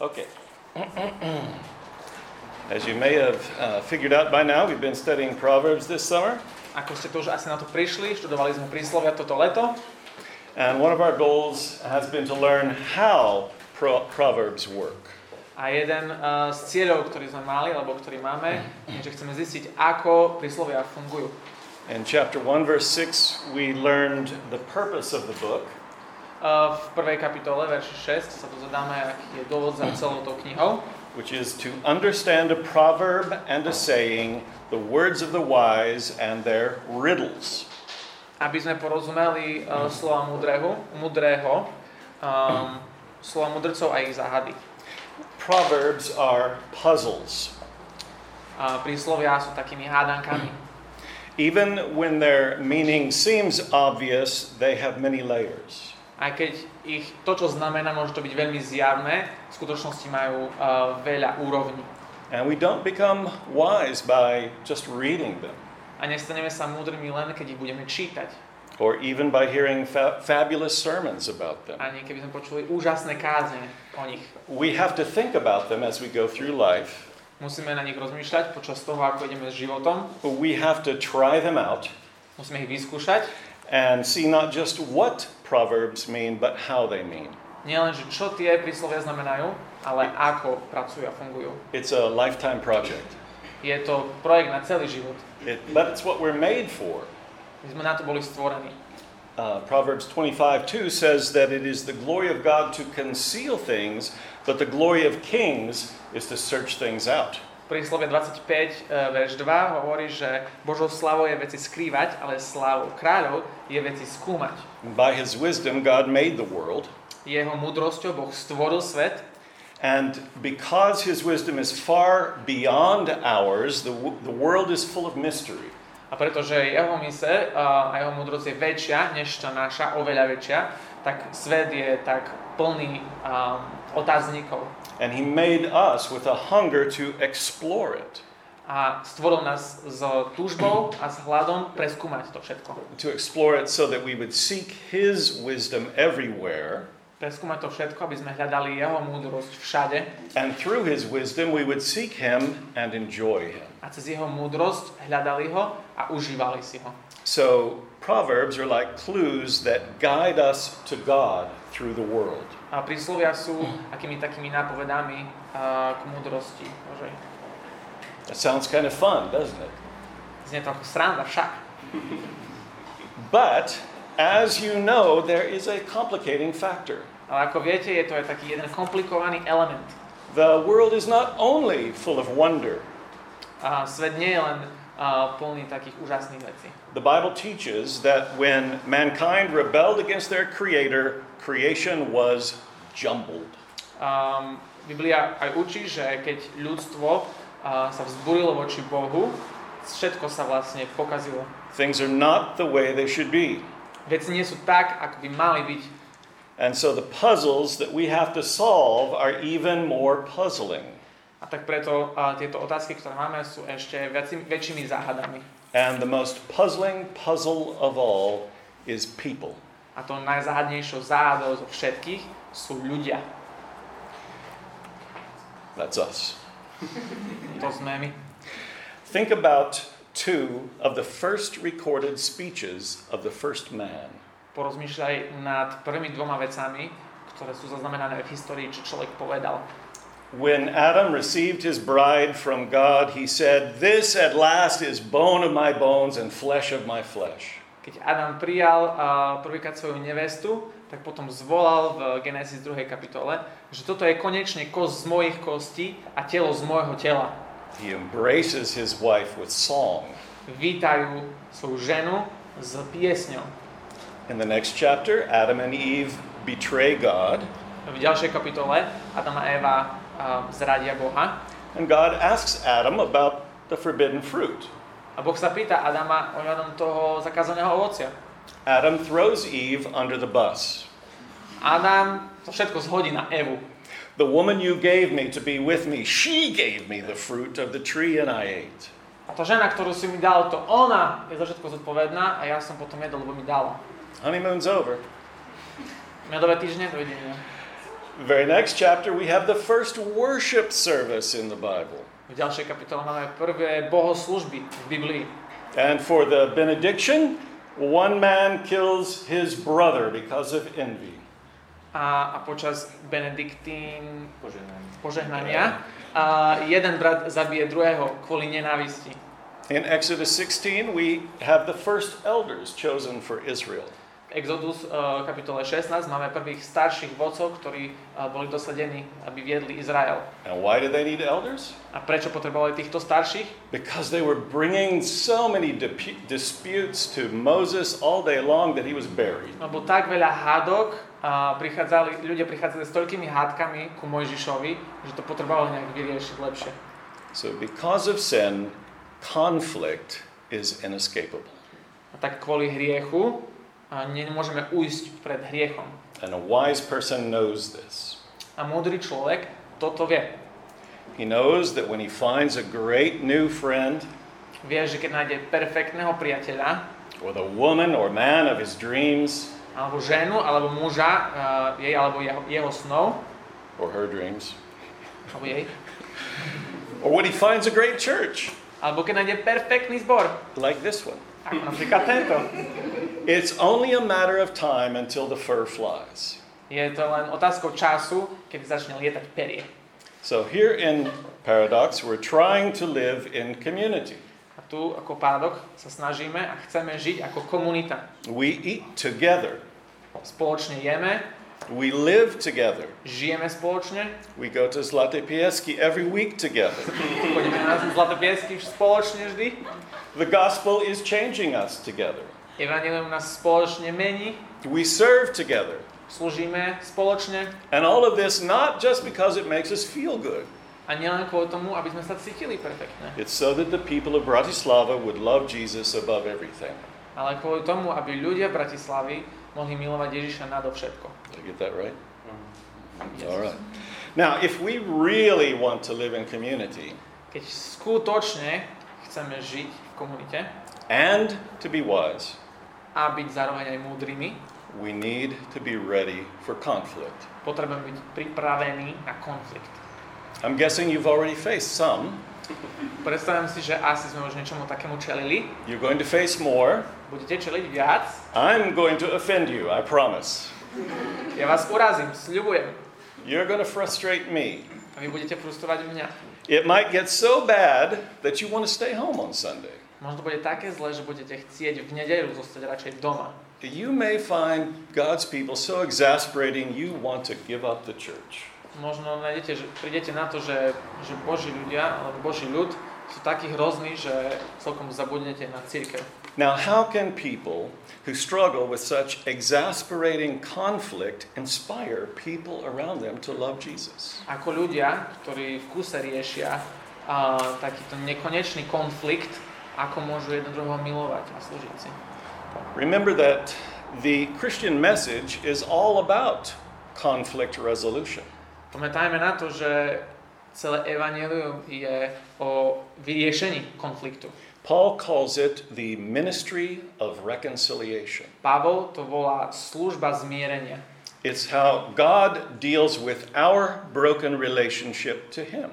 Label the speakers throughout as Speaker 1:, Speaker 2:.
Speaker 1: Okay. As you may have uh, figured out by now, we've been studying Proverbs this summer,
Speaker 2: Ako ste to už asi na to prišli, študovali sme príslovia toto leto
Speaker 1: and one of our goals has been to learn how pro- Proverbs work.
Speaker 2: a jeden eh, z cieľov, ktorý sme mali, alebo ktorý máme, je, že chceme zistiť, ako príslovia fungujú. Eh,
Speaker 1: In chapter 1, verse 6, we learned the purpose of the book,
Speaker 2: Eh, V prvej kapitole, verši 6, sa dozvedáme, aký je dôvod za celou tou knihou,
Speaker 1: which is to understand a proverb and a saying, the words of the wise and their riddles.
Speaker 2: aby sme porozumeli eh, slova múdreho, múdreho um, slova mudrcov a ich záhady.
Speaker 1: Proverbs are puzzles.
Speaker 2: A príslovia sú takými hádankami.
Speaker 1: Even when their meaning seems obvious, they have many layers.
Speaker 2: Aj keď ich to, čo znamená, môže to byť veľmi zjavné, v skutočnosti majú eh, veľa úrovní.
Speaker 1: And we don't become wise by just reading them,
Speaker 2: A nestaneme sa múdrymi len, keď ich budeme čítať.
Speaker 1: or even by hearing fa- fabulous sermons about them.
Speaker 2: A nie keby sme počuli úžasné kázne o nich.
Speaker 1: We have to think about them as we go through life.
Speaker 2: Musíme na nich rozmýšľať počas toho, ako ideme s životom.
Speaker 1: We have to try them out
Speaker 2: Musíme ich vyskúšať.
Speaker 1: and see not just what proverbs mean, but how they mean.
Speaker 2: Nielen, že čo tie príslovia znamenajú, ale ako pracujú a fungujú.
Speaker 1: It's a lifetime project,
Speaker 2: Je to projekt na celý život.
Speaker 1: it, but it's what we're made for.
Speaker 2: My sme na to boli stvorení.
Speaker 1: Uh, Proverbs 25 2 says that it is the glory of God to conceal things, but the glory of kings is to search things out.
Speaker 2: Príslovie 25, e, verš 2 hovorí, že Božou slavou je veci skrývať, ale slávou kráľov je veci skúmať.
Speaker 1: And by his wisdom, God made the world.
Speaker 2: Jeho múdrosťou Boh stvoril svet
Speaker 1: And because his wisdom is far beyond ours, the, w- the world is full of mystery.
Speaker 2: A pretože jeho mise a jeho múdrosť je väčšia než tá naša, oveľa väčšia, tak svet je tak plný um, otáznikov.
Speaker 1: And he made us with a hunger to explore it,
Speaker 2: A stvoril nás s túžbou a s hľadom preskúmať to všetko.
Speaker 1: to explore it so that we would seek his wisdom everywhere.
Speaker 2: Preskúmať to všetko, aby sme hľadali jeho múdrosť všade
Speaker 1: And through his wisdom, we would seek him and enjoy him.
Speaker 2: a cez jeho múdrosť hľadali ho a užívali si ho.
Speaker 1: So, Proverbs are like clues that guide us to God through the world.
Speaker 2: A príslovia sú akými takými nápovedami uh, k múdrosti Božej.
Speaker 1: That sounds kind of fun, doesn't it?
Speaker 2: Znie to ako sranda však.
Speaker 1: But as you know, there is a complicating factor.
Speaker 2: Ale ako viete, je to aj taký jeden komplikovaný element.
Speaker 1: The world is not only full of wonder,
Speaker 2: A svet nie je len a, plný takých úžasných vecí.
Speaker 1: the Bible teaches that when mankind rebelled against their Creator, creation was jumbled.
Speaker 2: Um, Biblia aj učí, že keď ľudstvo a, sa vzburilo voči Bohu, všetko sa vlastne pokazilo.
Speaker 1: Things are not the way they should be.
Speaker 2: Veci nie sú tak, ako by mali byť.
Speaker 1: And so the puzzles that we have to solve are even more puzzling.
Speaker 2: A tak preto a, tieto otázky, ktoré máme, sú ešte väčšími, väčšími záhadami.
Speaker 1: And the most puzzling puzzle of all is people.
Speaker 2: A to najzáhadnejšou záhadou zo všetkých sú ľudia.
Speaker 1: That's us.
Speaker 2: To sme my.
Speaker 1: Think about two of the first recorded speeches of the first man.
Speaker 2: Porozmýšľaj nad prvými dvoma vecami, ktoré sú zaznamenané v histórii, čo človek povedal.
Speaker 1: When Adam received his bride from God, he said, This at last is bone of my bones and flesh of my flesh.
Speaker 2: Keď Adam prijal uh, prvýkrát svoju nevestu, tak potom zvolal v Genesis 2. kapitole, že toto je konečne kost z mojich kostí a telo z môjho tela.
Speaker 1: He embraces his wife with song.
Speaker 2: Vítajú svoju ženu s piesňou.
Speaker 1: In the next chapter, Adam and Eve betray God,
Speaker 2: V ďalšej kapitole Adam a Eva uh, zradia Boha
Speaker 1: and God asks Adam about the forbidden fruit.
Speaker 2: a Boh sa pýta Adama ohľadom toho zakázaného ovocia.
Speaker 1: Adam throws Eve under the bus.
Speaker 2: Adam to všetko zhodí na Evu.
Speaker 1: The woman you gave me to be with me, she gave me the fruit of the tree and I ate.
Speaker 2: A tá žena, ktorú si mi dal, to ona je za všetko zodpovedná a ja som potom jedol, lebo mi dala.
Speaker 1: Honeymoon's over.
Speaker 2: Medové týždne, dovidenia.
Speaker 1: Very next chapter, we have the first worship service in the Bible.
Speaker 2: V ďalšej kapitole máme prvé bohoslužby v Biblii.
Speaker 1: And for the benediction, one man kills his brother because of envy.
Speaker 2: A, a počas Benediktín požehnania a jeden brat zabije druhého kvôli nenávisti.
Speaker 1: In Exodus 16, we have the first elders chosen for Israel.
Speaker 2: Exodus uh, kapitole 16 máme prvých starších vodcov, ktorí uh, boli dosadení, aby viedli Izrael.
Speaker 1: And why do they need elders?
Speaker 2: A prečo potrebovali týchto starších?
Speaker 1: Because they were bringing so many dipu- disputes to Moses all day long that he was buried.
Speaker 2: Lebo No, tak veľa hádok a prichádzali, ľudia prichádzali s toľkými hádkami ku Mojžišovi, že to potrebovalo nejak vyriešiť lepšie.
Speaker 1: So, because of sin, conflict is inescapable.
Speaker 2: A tak kvôli hriechu a nemôžeme ujsť pred hriechom.
Speaker 1: And a wise person knows this.
Speaker 2: A múdry človek toto vie.
Speaker 1: He knows that when he finds a great new friend,
Speaker 2: Vie, že keď nájde perfektného priateľa,
Speaker 1: or the woman or man of his dreams,
Speaker 2: alebo ženu, alebo muža, eh, jej alebo jeho, jeho snov,
Speaker 1: or her dreams,
Speaker 2: alebo jej,
Speaker 1: or when he finds a great church,
Speaker 2: alebo keď nájde perfektný zbor,
Speaker 1: like this one,
Speaker 2: ako napríklad tento.
Speaker 1: it's only a matter of time until the fur flies.
Speaker 2: Je to len otázkou času, keď začne lietať perie.
Speaker 1: So, here in Paradox, we're trying to live in community.
Speaker 2: A tu ako pádok sa snažíme a chceme žiť ako komunita.
Speaker 1: We eat together,
Speaker 2: Spoločne jeme,
Speaker 1: we live together,
Speaker 2: žijeme spoločne,
Speaker 1: we go to Zlate Pieski every week together.
Speaker 2: chodíme na zlaté piesky spoločne vždy.
Speaker 1: The gospel is changing us together,
Speaker 2: Evangelium nás spoločne mení,
Speaker 1: we serve together.
Speaker 2: slúžime spoločne
Speaker 1: And all of this not just because it makes us feel good,
Speaker 2: a nielen kvôli tomu, aby sme sa cítili perfektne,
Speaker 1: it's so that the people of Bratislava would love Jesus above everything.
Speaker 2: ale kvôli tomu, aby ľudia v Bratislavi mohli milovať Ježiša nadovšetko.
Speaker 1: Did I get that right? All right. Now, if we really want to live in community
Speaker 2: Keď skutočne chceme žiť v komunite
Speaker 1: and to be wise,
Speaker 2: a byť zároveň aj múdrymi,
Speaker 1: we need to be ready for conflict.
Speaker 2: potrebujeme byť pripravení na konflikt.
Speaker 1: I'm guessing you've already faced some.
Speaker 2: Predstavujem si, že asi sme už niečomu takému čelili.
Speaker 1: You're going to face more.
Speaker 2: Budete čeliť viac?
Speaker 1: I'm going to offend you, I promise.
Speaker 2: Ja vás urazím, sľubujem.
Speaker 1: You're going to frustrate me.
Speaker 2: A vy budete frustrovať mňa.
Speaker 1: It might get so bad that you want to stay home on Sunday.
Speaker 2: Možno to bude také zle, že budete chcieť v nedeľu zostať radšej doma.
Speaker 1: You may find God's people so exasperating you want to give up the church.
Speaker 2: Možno nájdete, že prídete na to, že, že Boží ľudia, alebo Boží ľud sú takí hrozní, že celkom zabudnete na církev.
Speaker 1: Now, how can people who struggle with such exasperating conflict inspire people around them to love Jesus?
Speaker 2: Ako ľudia, ktorí v kuse riešia a, takýto nekonečný konflikt, ako môžu jeden druhého milovať a slúžiť si.
Speaker 1: Remember that the Christian message is all about conflict resolution.
Speaker 2: Pamätajme na to, že celé evanelium je o vyriešení konfliktu.
Speaker 1: Paul calls it the ministry of reconciliation.
Speaker 2: Pavol to volá služba zmierenia.
Speaker 1: It's how God deals with our broken relationship to Him.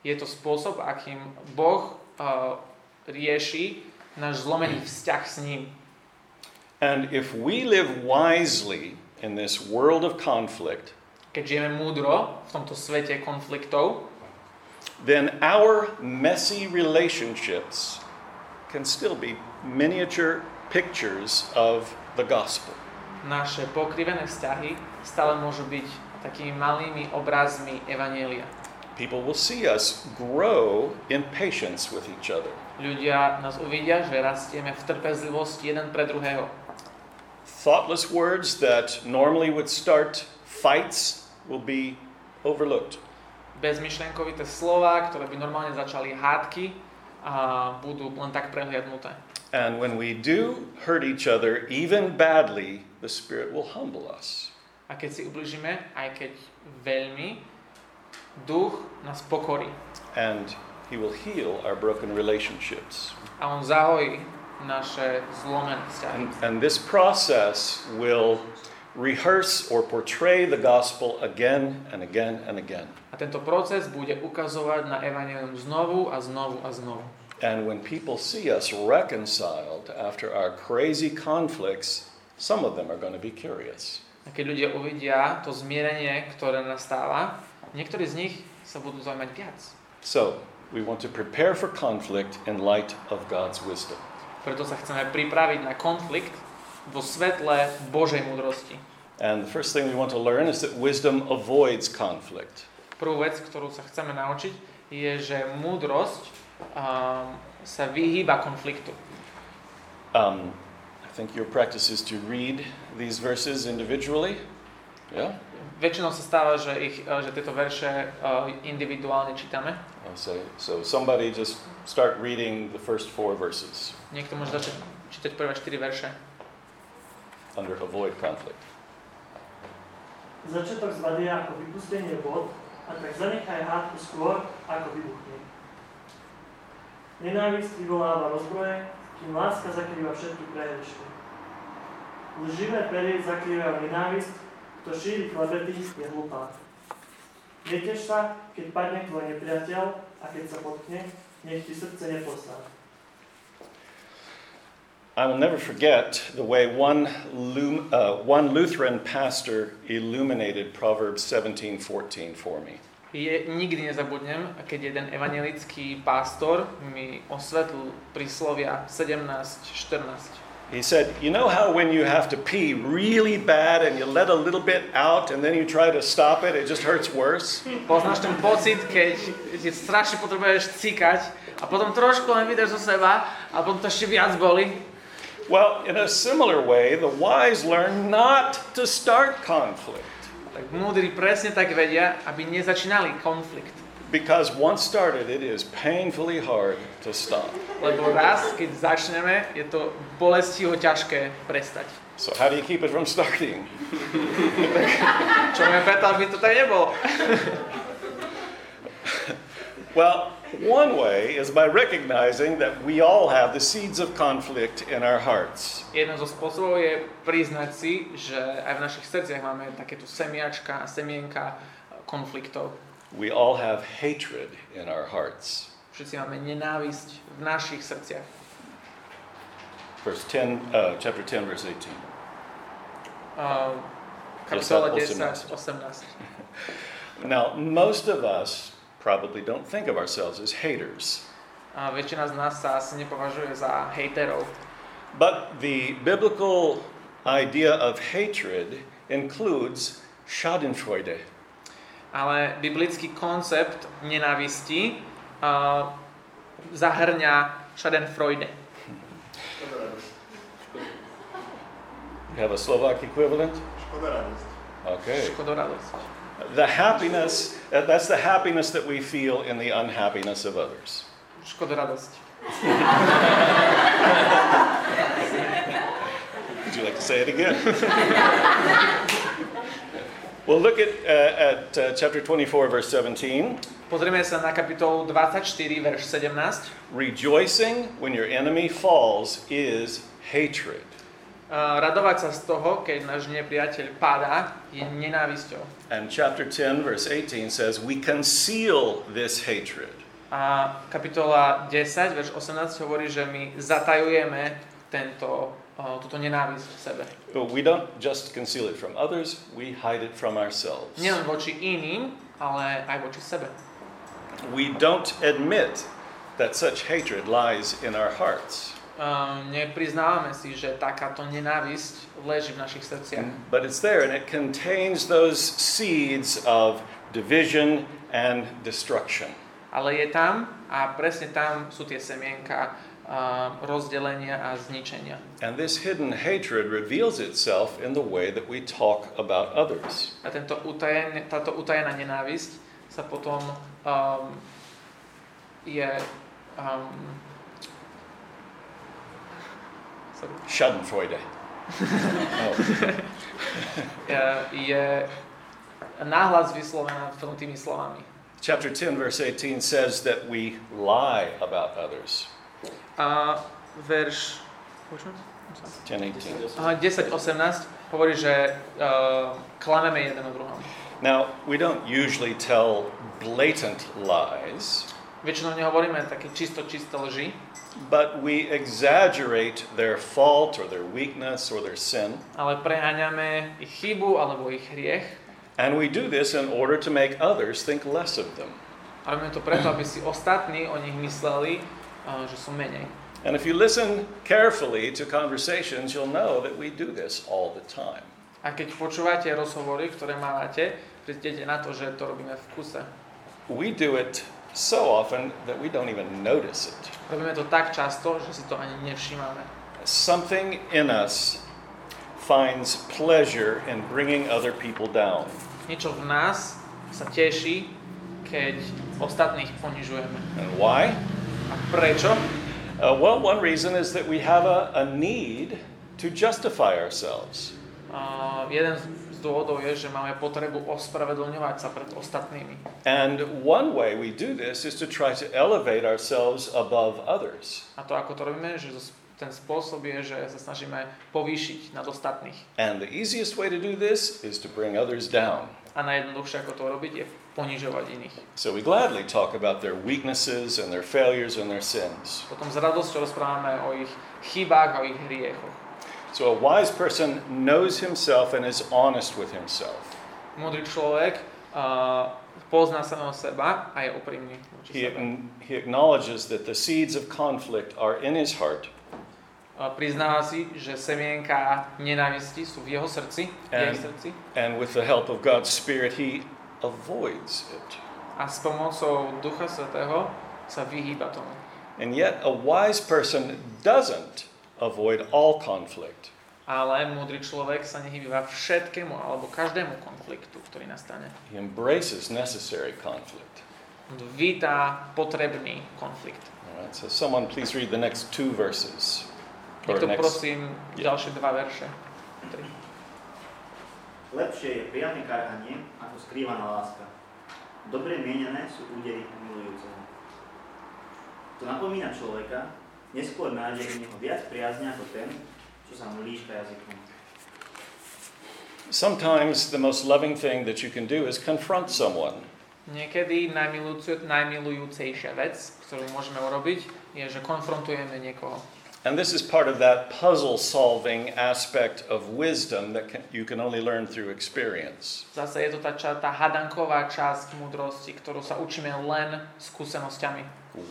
Speaker 2: Je to spôsob, akým Boh eh, rieši náš zlomený vzťah s ním.
Speaker 1: And if we live wisely in this world of conflict,
Speaker 2: Keď žijeme múdro v tomto svete konfliktov,
Speaker 1: then our messy relationships can still be miniature pictures of the gospel.
Speaker 2: naše pokrivené vzťahy stále môžu byť takými malými obrazmi Evanielia.
Speaker 1: People will see us grow in patience with each other.
Speaker 2: Ľudia nás uvidia, že rastieme v trpezlivosti jeden pre druhého.
Speaker 1: Thoughtless words that normally would start fights will be overlooked.
Speaker 2: bezmyšlenkovité slova, ktoré by normálne začali hádky a budú len tak prehliadnuté.
Speaker 1: And when we do hurt each other, even badly, the Spirit will humble us.
Speaker 2: A keď si ubližíme, aj keď veľmi, duch nás pokorí
Speaker 1: And He will heal our broken relationships.
Speaker 2: a on zahojí naše zlomené vzťahy.
Speaker 1: And, and this process will rehearse or portray the gospel again and again and again.
Speaker 2: A tento proces bude ukazovať na Evangelium znovu a znovu a znovu.
Speaker 1: And when people see us reconciled after our crazy conflicts, some of them are going to be curious.
Speaker 2: A keď ľudia uvidia to zmierenie, ktoré nastáva, niektorí z nich sa budú zaujímať viac.
Speaker 1: So, we want to prepare for conflict in light of God's wisdom.
Speaker 2: Preto sa chceme pripraviť na konflikt vo svetle Božej múdrosti.
Speaker 1: And the first thing we want to learn is that wisdom avoids conflict.
Speaker 2: Prvú vec, ktorú sa chceme naučiť, je, že múdrosť um, sa vyhýba konfliktu.
Speaker 1: Um, I think your practice is to read these verses individually. Yeah?
Speaker 2: Väčšinou sa stáva, že, ich, eh, že tieto verše eh, individuálne čítame.
Speaker 1: I'll say, so somebody just start reading the first four verses
Speaker 2: Niekto môže začať čítať prvé 4 verše.
Speaker 1: under avoid conflict.
Speaker 3: Začiatok zvadia ako vypustenie vod, a tak zanechaj hádku skôr, ako vybuchne. Nenávisť vyvoláva rozbroje, kým láska zakrýva všetky prehrešky. Lživé pery zakrývajú nenávisť, kto šíri klebety, je hlupá. Netež sa, keď padne tvoj nepriateľ a keď sa potkne, nech ti srdce neposlá.
Speaker 1: I will never forget the way one, Lu- uh, one Lutheran pastor illuminated Proverbs 17:14 for me.
Speaker 2: Je, nikdy nezabudnem, keď jeden evangelický pastor mi osvetlil príslovia 17.14.
Speaker 1: He said, "You know how when you have to pee really bad and you let a little bit out and then you try to stop it, it just hurts worse?
Speaker 2: Poznáš ten pocit, keď ti strašne potrebuješ cikať a potom trošku len vydaš zo seba a potom to ešte viac boli.
Speaker 1: Well, in a similar way, the wise learn not to start conflict
Speaker 2: Tak múdri presne tak vedia, aby nezačínali konflikt.
Speaker 1: because once started, it is painfully hard to stop.
Speaker 2: Lebo raz, keď začneme, je to bolestivo ťažké prestať.
Speaker 1: So, how do you keep it from starting?
Speaker 2: Čo mi preto, aby to tak nebolo.
Speaker 1: Well, one way is by recognizing that we all have the seeds of conflict in our hearts.
Speaker 2: Jeden zo spôsobov je priznať si, že aj v našich srdciach máme takéto semiačka a semienka konfliktov.
Speaker 1: We all have hatred in our hearts.
Speaker 2: Všetci máme nenávisť v našich srdciach.
Speaker 1: Verse 10, uh, chapter 10, verse 18.
Speaker 2: Uh, kapitola
Speaker 1: 10,
Speaker 2: 10, 18.
Speaker 1: Now, most of us probably don't think of ourselves as haters,
Speaker 2: A väčšina z nás sa asi nepovažuje za hejterov.
Speaker 1: but the biblical idea of hatred includes schadenfreude.
Speaker 2: Ale biblický koncept nenávisti uh, zahrňa Schadenfreude.
Speaker 4: Škoda radosť.
Speaker 1: You have a Slovak equivalent?
Speaker 4: Škoda radosť.
Speaker 1: Okay.
Speaker 2: Škodoradosť.
Speaker 1: The happiness, uh, that's the happiness that we feel in the unhappiness of others.
Speaker 2: Škodoradosť.
Speaker 1: Would you like to say it again? well, look at, uh, at uh, chapter 24, verse 17.
Speaker 2: Pozrieme sa na kapitolu 24, verš 17.
Speaker 1: Rejoicing when your enemy falls is hatred.
Speaker 2: Uh, radovať sa z toho, keď náš nepriateľ padá, je nenávisťou.
Speaker 1: And chapter 10, verse 18 says, We conceal this hatred.
Speaker 2: A kapitola 10, verš 18 hovorí, že my zatajujeme tento, uh, túto nenávisť v sebe.
Speaker 1: But we don't just conceal it from others, we hide it from ourselves.
Speaker 2: Nielen voči iným, ale aj voči sebe.
Speaker 1: We don't admit that such hatred lies in our hearts.
Speaker 2: Uh, nepriznávame si, že takáto nenávisť leží v našich srdciach.
Speaker 1: But it's there and it contains those seeds of division and destruction.
Speaker 2: Ale je tam a presne tam sú tie semienka uh, rozdelenia a zničenia.
Speaker 1: And this hidden hatred reveals itself in the way that we talk about others.
Speaker 2: A tento utajen, táto utajená nenávisť sa potom um, je... Um, sorry,
Speaker 1: Schadenfreude. oh.
Speaker 2: je, je náhlas vyslovená v tými slovami.
Speaker 1: Chapter 10, verse 18 says that we lie about others.
Speaker 2: A verš... počujem?
Speaker 1: 10, 18.
Speaker 2: Aha, 10.18 hovorí, že uh, klameme jeden o druhom.
Speaker 1: Now, we don't usually tell blatant lies,
Speaker 2: Väčšinou nehovoríme také čisto, čisté lži,
Speaker 1: but we exaggerate their fault or their weakness or their sin.
Speaker 2: ale preháňame ich chybu alebo ich hriech.
Speaker 1: And we do this in order to make others think less of them.
Speaker 2: A robíme to preto, aby si ostatní o nich mysleli, uh, že sú menej.
Speaker 1: And if you listen carefully to conversations, you'll know that we do this all the time.
Speaker 2: A keď počúvate rozhovory, ktoré máte, prídete na to, že to robíme v kuse.
Speaker 1: We do it so often that we don't even notice it.
Speaker 2: Robíme to tak často, že si to ani nevšímame.
Speaker 1: Something in us finds pleasure in bringing other people down.
Speaker 2: Niečo v nás sa teší, keď ostatných ponižujeme.
Speaker 1: And why?
Speaker 2: A prečo?
Speaker 1: Uh, well, one reason is that we have a, a need to justify ourselves.
Speaker 2: Uh, jeden z dôvodov je, že máme potrebu ospravedlňovať sa pred ostatnými.
Speaker 1: And one way we do this is to try to elevate ourselves above others.
Speaker 2: A to, ako to robíme, že zo- ten spôsob je, že sa snažíme povýšiť nad ostatných.
Speaker 1: And the easiest way to do this is to bring others down.
Speaker 2: A najjednoduchšie, ako to robiť, je ponižovať iných.
Speaker 1: So we gladly talk about their weaknesses and their failures and their sins.
Speaker 2: Potom s radosťou rozprávame o ich chybách a o ich hriechoch.
Speaker 1: So a wise person knows himself and is honest with himself.
Speaker 2: Múdry človek uh, pozná samého seba a je úprimný voči
Speaker 1: He,
Speaker 2: sebe.
Speaker 1: he acknowledges that the seeds of conflict are in his heart
Speaker 2: Uh, priznáva si, že semienka nenávisti sú v jeho srdci, v
Speaker 1: And-
Speaker 2: jej srdci
Speaker 1: and with the help of God's Spirit, he avoids it.
Speaker 2: a s pomocou Ducha Svetého sa vyhýba tomu.
Speaker 1: And yet, a wise person doesn't avoid all conflict.
Speaker 2: Ale múdry človek sa nehýba všetkému alebo každému konfliktu, ktorý nastane.
Speaker 1: He embraces necessary conflict.
Speaker 2: On Vítá potrebný konflikt.
Speaker 1: All right, so, someone please read the next two verses. Or
Speaker 2: Niekto
Speaker 1: next-
Speaker 2: prosím
Speaker 1: Je.
Speaker 2: ďalšie dva verše. Tri.
Speaker 4: Lepšie je priame karhanie, ako skrývaná láska. Dobre mienené sú údery milujúceho. To napomína človeka, neskôr nájde v neho viac priazne ako ten, čo sa mu líška jazykom.
Speaker 1: Sometimes the most loving thing that you can do is confront someone.
Speaker 2: Niekedy najmilujúce, najmilujúcejšia vec, ktorú môžeme urobiť, je, že konfrontujeme niekoho.
Speaker 1: And this is part of that puzzle solving aspect of wisdom that can, you can only learn through experience.
Speaker 2: Zase je to tá, ča- tá hadanková časť múdrosti, ktorú sa učíme len skúsenosťami.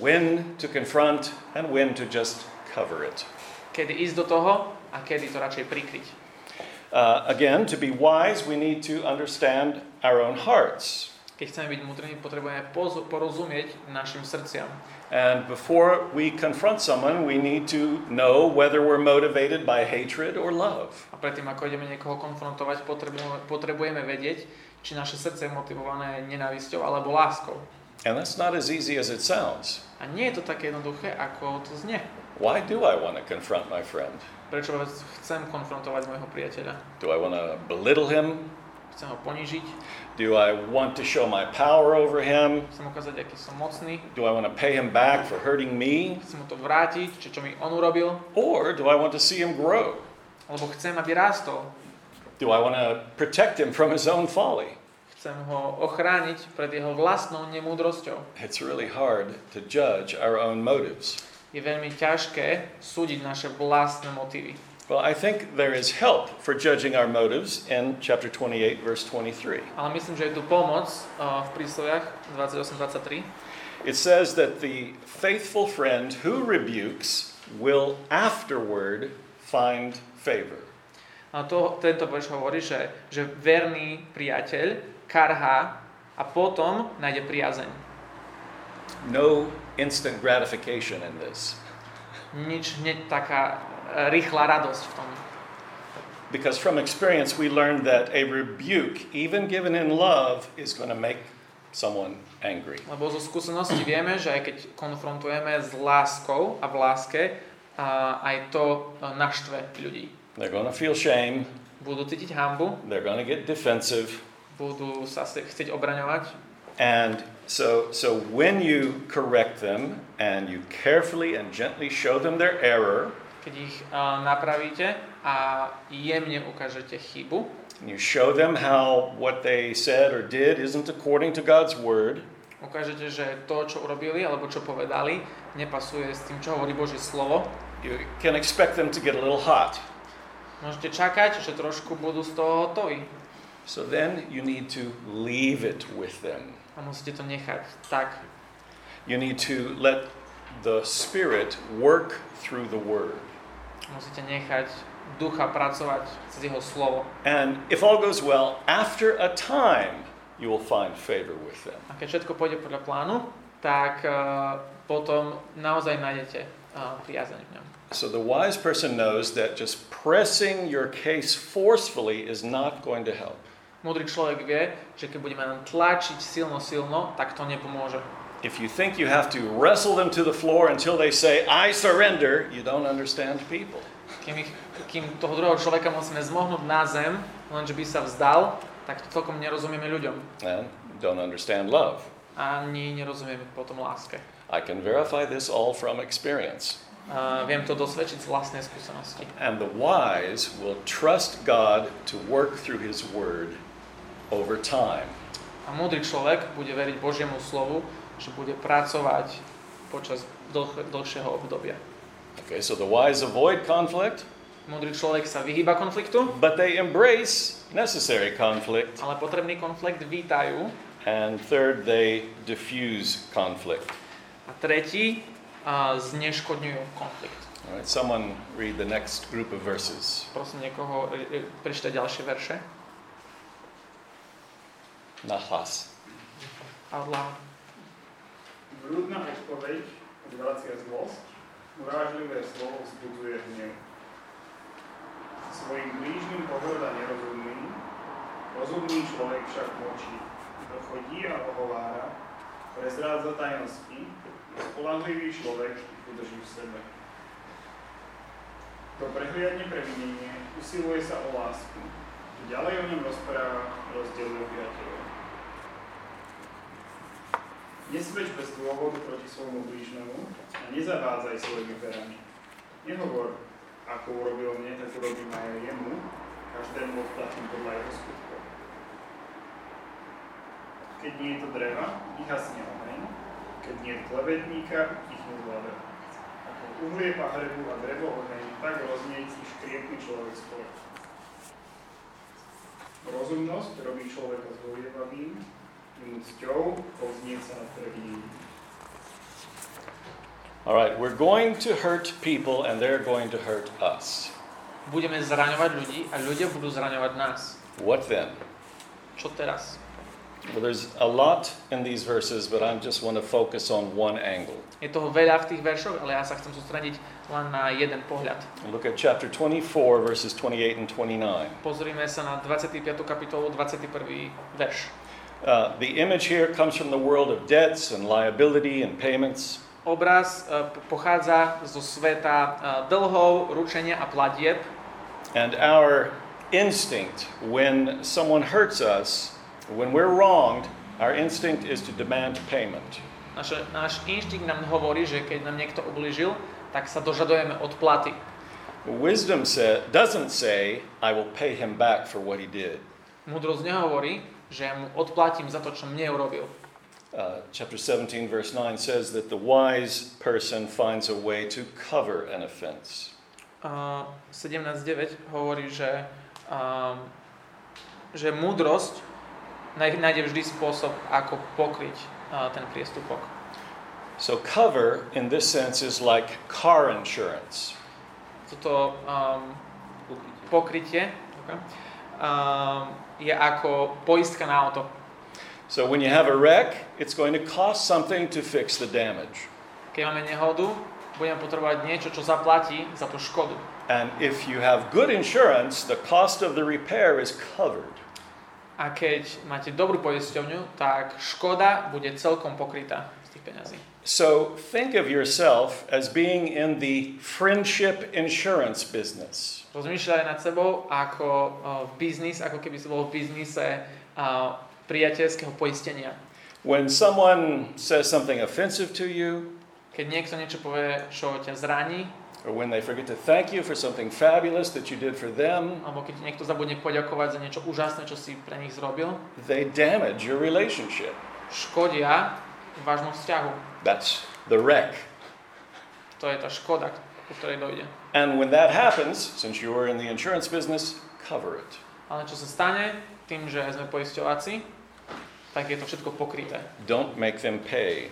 Speaker 1: When to confront and when to just cover it.
Speaker 2: Kedy ísť do toho a kedy to radšej prikryť.
Speaker 1: Uh, again, to be wise, we need to understand our own hearts.
Speaker 2: Keď chceme byť múdrými, potrebujeme poz- porozumieť našim srdciam.
Speaker 1: And before we confront someone, we need to know whether we're motivated by hatred or love.
Speaker 2: A predtým, ako ideme niekoho konfrontovať, potrebujeme, potrebujeme vedieť, či naše srdce je motivované nenávisťou alebo láskou.
Speaker 1: And that's not as easy as it sounds.
Speaker 2: A nie je to také jednoduché, ako to znie.
Speaker 1: Why do I want to confront my friend?
Speaker 2: Prečo vôbec chcem konfrontovať môjho priateľa?
Speaker 1: Do I want to belittle him?
Speaker 2: Chcem ho ponižiť,
Speaker 1: Do I want to show my power over him?
Speaker 2: chcem ukázať, aký som mocný,
Speaker 1: Do I want to pay him back for hurting me?
Speaker 2: chcem mu to vrátiť, či čo mi on urobil,
Speaker 1: Or do I want to see him grow?
Speaker 2: alebo chcem, aby rástol.
Speaker 1: Do I want to protect him from his own folly?
Speaker 2: Chcem ho ochrániť pred jeho vlastnou nemúdrosťou.
Speaker 1: It's really hard to judge our own motives.
Speaker 2: Je veľmi ťažké súdiť naše vlastné motívy.
Speaker 1: Well, I think there is help for judging our motives in chapter 28, verse 23.
Speaker 2: Ale myslím, že je tu pomoc uh, v prísloviach 28.23.
Speaker 1: It says that the faithful friend who rebukes will afterward find favor.
Speaker 2: A to, tento verš hovorí, že, že verný priateľ karhá a potom nájde priazeň.
Speaker 1: No instant gratification in this.
Speaker 2: Nič hneď taká e, rýchla radosť v tom.
Speaker 1: Because from experience, we learned that a rebuke, even given in love, is going to make someone angry.
Speaker 2: Lebo zo skúsenosti vieme, že aj keď konfrontujeme s láskou a v láske, a aj to e, naštve ľudí.
Speaker 1: They're going to feel shame,
Speaker 2: Budú cítiť hambu,
Speaker 1: they're going to get defensive.
Speaker 2: budú sa se- chcieť obraňovať.
Speaker 1: And so, so when you correct them and you carefully and gently show them their error,
Speaker 2: keď ich a, napravíte a jemne ukážete chybu
Speaker 1: and you show them how what they said or did isn't according to God's word,
Speaker 2: ukážete, že to, čo urobili alebo čo povedali, nepasuje s tým, čo hovorí Božie slovo,
Speaker 1: you can expect them to get a little hot.
Speaker 2: môžete čakať, že trošku budú z toho hotoví
Speaker 1: So then you need to leave it with them.
Speaker 2: a musíte to nechať tak.
Speaker 1: You need to let the Spirit work through the word.
Speaker 2: Musíte nechať ducha pracovať cez jeho slovo.
Speaker 1: And if all goes well, after a time, you will find favor with them.
Speaker 2: A keď všetko pôjde podľa plánu, tak e, potom naozaj nájdete e, priazeň v ňom.
Speaker 1: So the wise person knows that just pressing your case forcefully is not going to help.
Speaker 2: Múdry človek vie, že keď budeme len tlačiť silno, silno, tak to nepomôže.
Speaker 1: If you think you have to wrestle them to the floor until they say, I surrender, you don't understand people.
Speaker 2: Kým, ich, kým toho druhého človeka musíme zmohnúť na zem, lenže by sa vzdal, tak to celkom nerozumieme ľuďom.
Speaker 1: And you don't understand love.
Speaker 2: Ani nerozumieme potom láske.
Speaker 1: I can verify this all from experience.
Speaker 2: Uh, viem to dosvedčiť z vlastnej skúsenosti.
Speaker 1: And the wise will trust God to work through his word over time.
Speaker 2: A múdry človek bude veriť Božiemu slovu, že bude pracovať počas dlh, dlhšieho obdobia.
Speaker 1: Okay, so the wise avoid conflict,
Speaker 2: Múdry človek sa vyhýba konfliktu,
Speaker 1: but they embrace necessary conflict.
Speaker 2: ale potrebný konflikt vítajú.
Speaker 1: And third, they diffuse conflict.
Speaker 2: A tretí, uh, zneškodňujú konflikt.
Speaker 1: All right, someone read the next group of verses.
Speaker 2: Prosím niekoho, e, e, prečítaj ďalšie verše.
Speaker 1: Nahas.
Speaker 2: Allah.
Speaker 5: Brudná odpoveď odvracia zlosť, urážlivé slovo vzbudzuje hnev. Svojim blížnym pohľada nerozumný, rozumný človek však močí, kto chodí a ohovára, prezrádza tajnosti, spolahlivý človek ich udrží v sebe. Kto prehliadne previnenie, usiluje sa o lásku, kto ďalej o ňom rozpráva, rozdeluje priateľov. Nesvedč bez dôvodu proti svojmu blížnemu a nezavádzaj svojimi perami. Nehovor, ako urobil mne, tak urobím aj jemu, každému odplatím podľa jeho skutkov. Keď nie je to dreva, vyhasne oheň, keď nie je klevetníka, tichne hlava. Ako uhlie pahrebu a drevo oheň, tak roznietí škriepný človek spolu. Rozumnosť robí človeka zhovievavým, jemu cťou povznie sa nad prvým.
Speaker 1: All right, we're going to hurt people and they're going to hurt us.
Speaker 2: Budeme zraňovať ľudí a ľudia budú zraňovať nás.
Speaker 1: What then?
Speaker 2: Čo teraz?
Speaker 1: Well, there's a lot in these verses, but I just want to focus on one angle.
Speaker 2: Je toho veľa v tých veršoch, ale ja sa chcem sústrediť len na jeden pohľad.
Speaker 1: Look at chapter 24, verses 28 and 29.
Speaker 2: Pozrime sa na 25. kapitolu, 21. verš.
Speaker 1: Uh, the image here comes from the world of debts and liability and payments.
Speaker 2: Obraz e, p- pochádza zo sveta e, dlhov, ručenia a platieb
Speaker 1: And our instinct when someone hurts us, when we're wronged, our instinct is to demand payment.
Speaker 2: Naše, náš inštinkt nám hovorí, že keď nám niekto ublížil, tak sa dožadujeme odplaty.
Speaker 1: Wisdom sa- doesn't say, I will pay him back for what he did.
Speaker 2: Múdrosť nehovorí, že ja mu odplatím za to, čo mne urobil.
Speaker 1: Uh, chapter 17, verse 9 says that the wise person finds a way to cover an offense.
Speaker 2: Uh, 17.9 hovorí, že, um, že múdrosť naj- nájde vždy spôsob, ako pokryť uh, ten priestupok.
Speaker 1: So, cover in this sense is like car insurance.
Speaker 2: Toto um, pokrytie um, je ako poistka na auto.
Speaker 1: So, when you have a wreck, it's going to cost something to fix the damage.
Speaker 2: Keď máme nehodu, budeme potrebovať niečo, čo zaplatí za tú škodu.
Speaker 1: And if you have good insurance, the cost of the repair is covered.
Speaker 2: A keď máte dobrú poisťovňu, tak škoda bude celkom pokrytá z tých peňazí.
Speaker 1: So, think of yourself as being in the friendship insurance business.
Speaker 2: Rozmýšľaj nad sebou ako uh, biznis, ako keby si bol v biznise uh, priateľského poistenia.
Speaker 1: When someone says something offensive to you,
Speaker 2: Keď niekto niečo povie, čo ťa zraní,
Speaker 1: or when they forget to thank you for something fabulous that you did for them,
Speaker 2: Alebo keď niekto zabudne poďakovať za niečo úžasné, čo si pre nich zrobil,
Speaker 1: they damage your relationship.
Speaker 2: škodia vášmu vzťahu.
Speaker 1: That's the wreck.
Speaker 2: To je tá škoda, ku ktorej dojde.
Speaker 1: And when that happens, since you are in the insurance business, cover it.
Speaker 2: Ale čo sa stane tým, že sme poisťovací, tak je to všetko pokryté.
Speaker 1: Don't make them pay.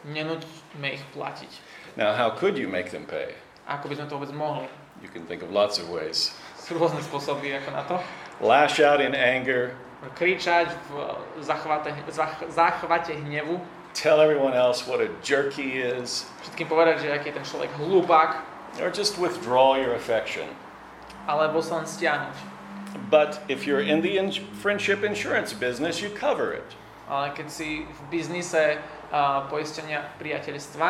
Speaker 2: Nenúďme ich platiť.
Speaker 1: Now, how could you make them pay?
Speaker 2: Ako by sme to vôbec mohli?
Speaker 1: You can think of lots of ways.
Speaker 2: Sú rôzne spôsoby, ako na to.
Speaker 1: Lash out in anger,
Speaker 2: Kričať v zachvate, zach, záchvate hnevu,
Speaker 1: tell everyone else what a jerk he is,
Speaker 2: všetkým povedať, že aký je ten človek hlupák,
Speaker 1: or just withdraw your affection.
Speaker 2: alebo sa len stiahnuť.
Speaker 1: But if you're in the ins- friendship insurance business, you cover it.
Speaker 2: Ale keď si v biznise a, poistenia priateľstva,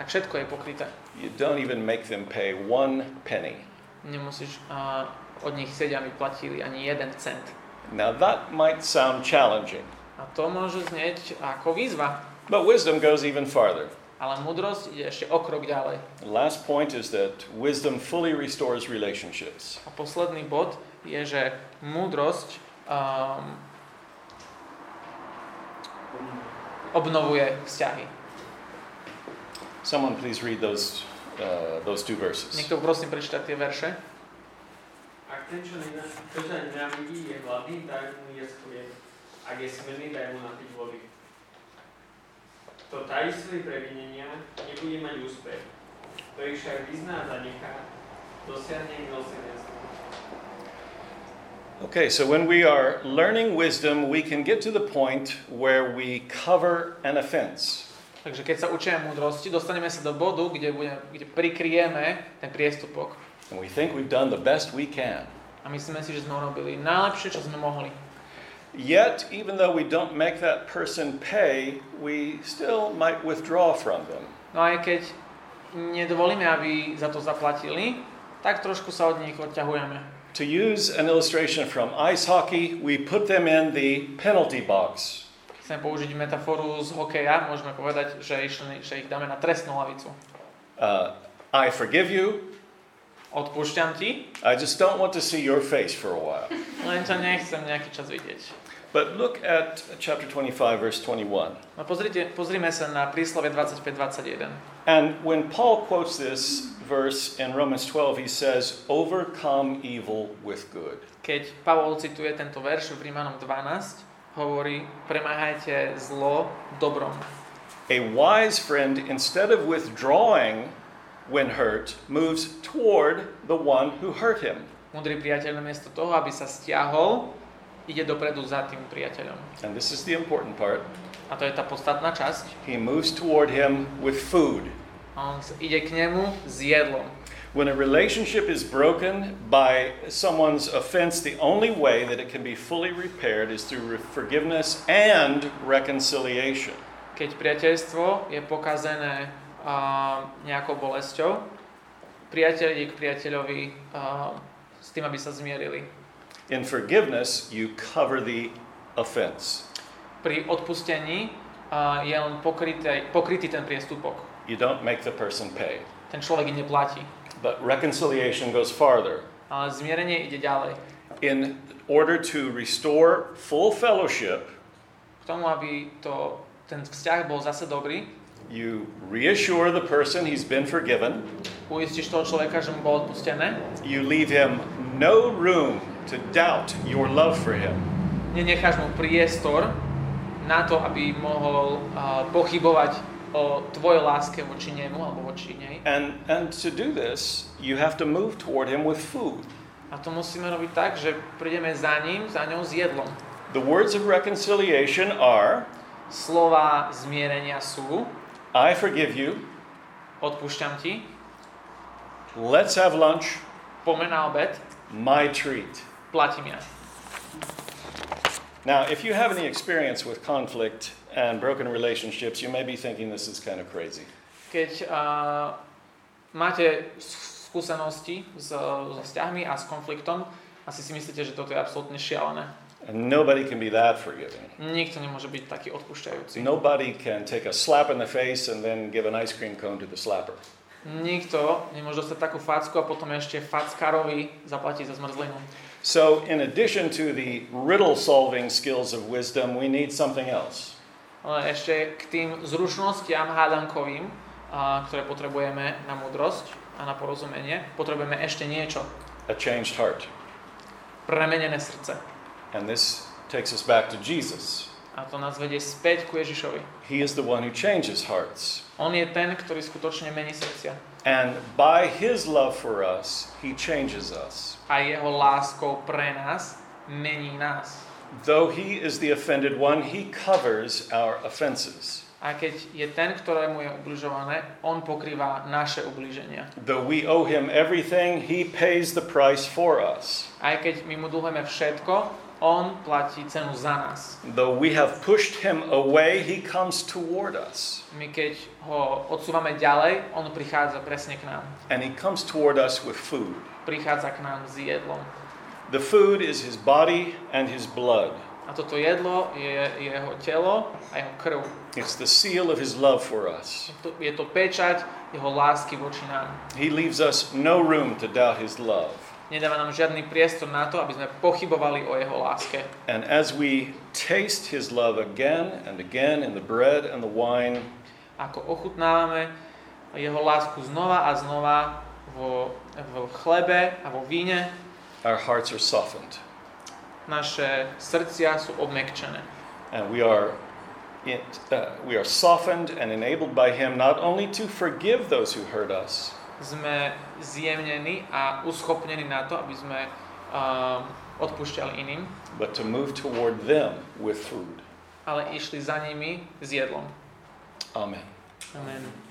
Speaker 2: tak všetko je pokryté.
Speaker 1: You don't even make them pay one penny.
Speaker 2: Nemusíš a, od nich sedieť, aby platili ani jeden cent.
Speaker 1: Now, that might sound challenging,
Speaker 2: A to môže znieť ako výzva,
Speaker 1: but wisdom goes even farther.
Speaker 2: ale múdrosť ide ešte o krok ďalej.
Speaker 1: The last point is that wisdom fully restores relationships.
Speaker 2: A posledný bod je, že múdrosť um, obnovuje vzťahy.
Speaker 1: Someone please read those, uh, those two verses.
Speaker 2: Niekto prosím prečítať tie verše.
Speaker 6: Ak ten, čo nena- kto ťa nenávidí, je hladný, daj mu jesť chlieb. Ak je smelný, daj mu napiť vody. To tají svoje previnenia, nebude mať úspech. To ich však vyzná a zanechá, dosiahne milosrdenstvo.
Speaker 1: Okay, so when we are learning wisdom, we can get to the point where we cover an offense.
Speaker 2: Takže keď sa učíme múdrosti, dostaneme sa do bodu, kde, budeme, kde prikryjeme ten priestupok.
Speaker 1: And we think we've done the best we can.
Speaker 2: A myslíme si, že sme urobili najlepšie, čo sme mohli.
Speaker 1: Yet, even though we don't make that person pay, we still might withdraw from them.
Speaker 2: No aj keď nedovolíme, aby za to zaplatili, tak trošku sa od nich odťahujeme.
Speaker 1: To use an illustration from ice hockey, we put them in the penalty box.
Speaker 2: Chcem použiť metaforu z hokeja, môžeme povedať, že, išli, že ich dáme na trestnú lavicu.
Speaker 1: Uh, I forgive you,
Speaker 2: Odpúšťam ti,
Speaker 1: I just don't want to see your face for a while.
Speaker 2: len ťa nechcem nejaký čas vidieť.
Speaker 1: But look at chapter 25, verse 21.
Speaker 2: No pozrite, pozrime sa na príslove 25.21.
Speaker 1: And when Paul quotes this verse in Romans 12, he says, Overcome evil with good.
Speaker 2: Keď Pavol cituje tento verš v Rímanom 12, hovorí, premáhajte zlo dobrom.
Speaker 1: A wise friend, instead of withdrawing when hurt, moves toward the one who hurt him.
Speaker 2: Múdry priateľ namiesto toho, aby sa stiahol, ide dopredu za tým priateľom.
Speaker 1: And this is the important part.
Speaker 2: A to je tá podstatná časť.
Speaker 1: He moves toward him with food.
Speaker 2: A On s- ide k nemu s jedlom.
Speaker 1: When a relationship is broken by someone's offense, the only way that it can be fully repaired is through re- forgiveness and reconciliation.
Speaker 2: Keď priateľstvo je pokazené a, nejakou bolesťou, priateľ ide k priateľovi a, s tým, aby sa zmierili.
Speaker 1: In forgiveness, you cover the offense.
Speaker 2: Pri odpustení a, je len pokrytý, pokrytý ten priestupok.
Speaker 1: You don't make the person pay.
Speaker 2: Ten človek neplatí.
Speaker 1: But reconciliation goes farther.
Speaker 2: Ale zmierenie ide ďalej.
Speaker 1: In order to restore full fellowship,
Speaker 2: K tomu, aby to, ten vzťah bol zase dobrý,
Speaker 1: you reassure the person he's been forgiven.
Speaker 2: uistíš toho človeka, že mu bolo odpustené,
Speaker 1: You leave him no room to doubt your love for him.
Speaker 2: nenecháš mu priestor na to, aby mohol a, pochybovať o tvojej láske voči nemu alebo voči nej.
Speaker 1: And, and to do this, you have to move toward him with food.
Speaker 2: A to musíme robiť tak, že prídeme za ním, za ňou s jedlom.
Speaker 1: The words of reconciliation are
Speaker 2: Slova zmierenia sú,
Speaker 1: I forgive you,
Speaker 2: odpúšťam ti,
Speaker 1: let's have lunch,
Speaker 2: poďme na obed,
Speaker 1: my treat.
Speaker 2: platím ja.
Speaker 1: Now, if you have any experience with conflict and broken relationships, you may be thinking this is kind of crazy.
Speaker 2: Keď a, máte s- skúsenosti s, so vzťahmi a s konfliktom, asi si myslíte, že toto je absolútne šialené.
Speaker 1: And nobody can be that forgiving.
Speaker 2: Nikto nemôže byť taký odpúšťajúci.
Speaker 1: Nobody can take a slap in the face and then give an ice cream cone to the slapper.
Speaker 2: Nikto nemôže dostať takú facku a potom ešte fackarovi zaplatiť za zmrzlinu.
Speaker 1: So, in addition to the riddle solving skills of wisdom, we need something else.
Speaker 2: Ale ešte k tým zručnostiam hádankovým, a, ktoré potrebujeme na múdrosť a na porozumenie, potrebujeme ešte niečo.
Speaker 1: A changed heart.
Speaker 2: Premenené srdce.
Speaker 1: And this takes us back to Jesus.
Speaker 2: A to nás vedie späť ku Ježišovi.
Speaker 1: He is the one who changes hearts.
Speaker 2: On je ten, ktorý skutočne mení srdcia.
Speaker 1: And by his love for us, he changes us.
Speaker 2: A jeho láskou pre nás mení nás.
Speaker 1: Though he is the offended one, he covers our offenses.
Speaker 2: A keď je ten, ktorému je ubližované, on pokrýva naše ubliženia.
Speaker 1: Though we owe him everything, he pays the price for us.
Speaker 2: Aj keď my mu dlhujeme všetko, on platí cenu za nás.
Speaker 1: Though we have pushed him away, he comes toward us.
Speaker 2: My keď ho odsúvame ďalej, on prichádza presne k nám.
Speaker 1: And he comes toward us with food.
Speaker 2: Prichádza k nám s jedlom.
Speaker 1: The food is his body and his blood.
Speaker 2: A toto jedlo je jeho telo a jeho krv.
Speaker 1: It's the seal of his love for us.
Speaker 2: Je to, je to pečať jeho lásky voči nám.
Speaker 1: He leaves us no room to doubt his love.
Speaker 2: Nedáva nám žiadny priestor na to, aby sme pochybovali o jeho láske.
Speaker 1: And as we taste his love again and again in the bread and the wine,
Speaker 2: Ako ochutnávame jeho lásku znova a znova vo, vo chlebe a vo víne,
Speaker 1: our hearts are softened
Speaker 2: naše srdcia sú obmekčené.
Speaker 1: and we are it, uh, we are softened and enabled by him not only to forgive those who hurt us,
Speaker 2: Sme zjemnení a uschopnení na to, aby sme um, odpúšťali iným,
Speaker 1: but to move toward them with food.
Speaker 2: ale išli za nimi s jedlom.
Speaker 1: Amen.
Speaker 2: Amen.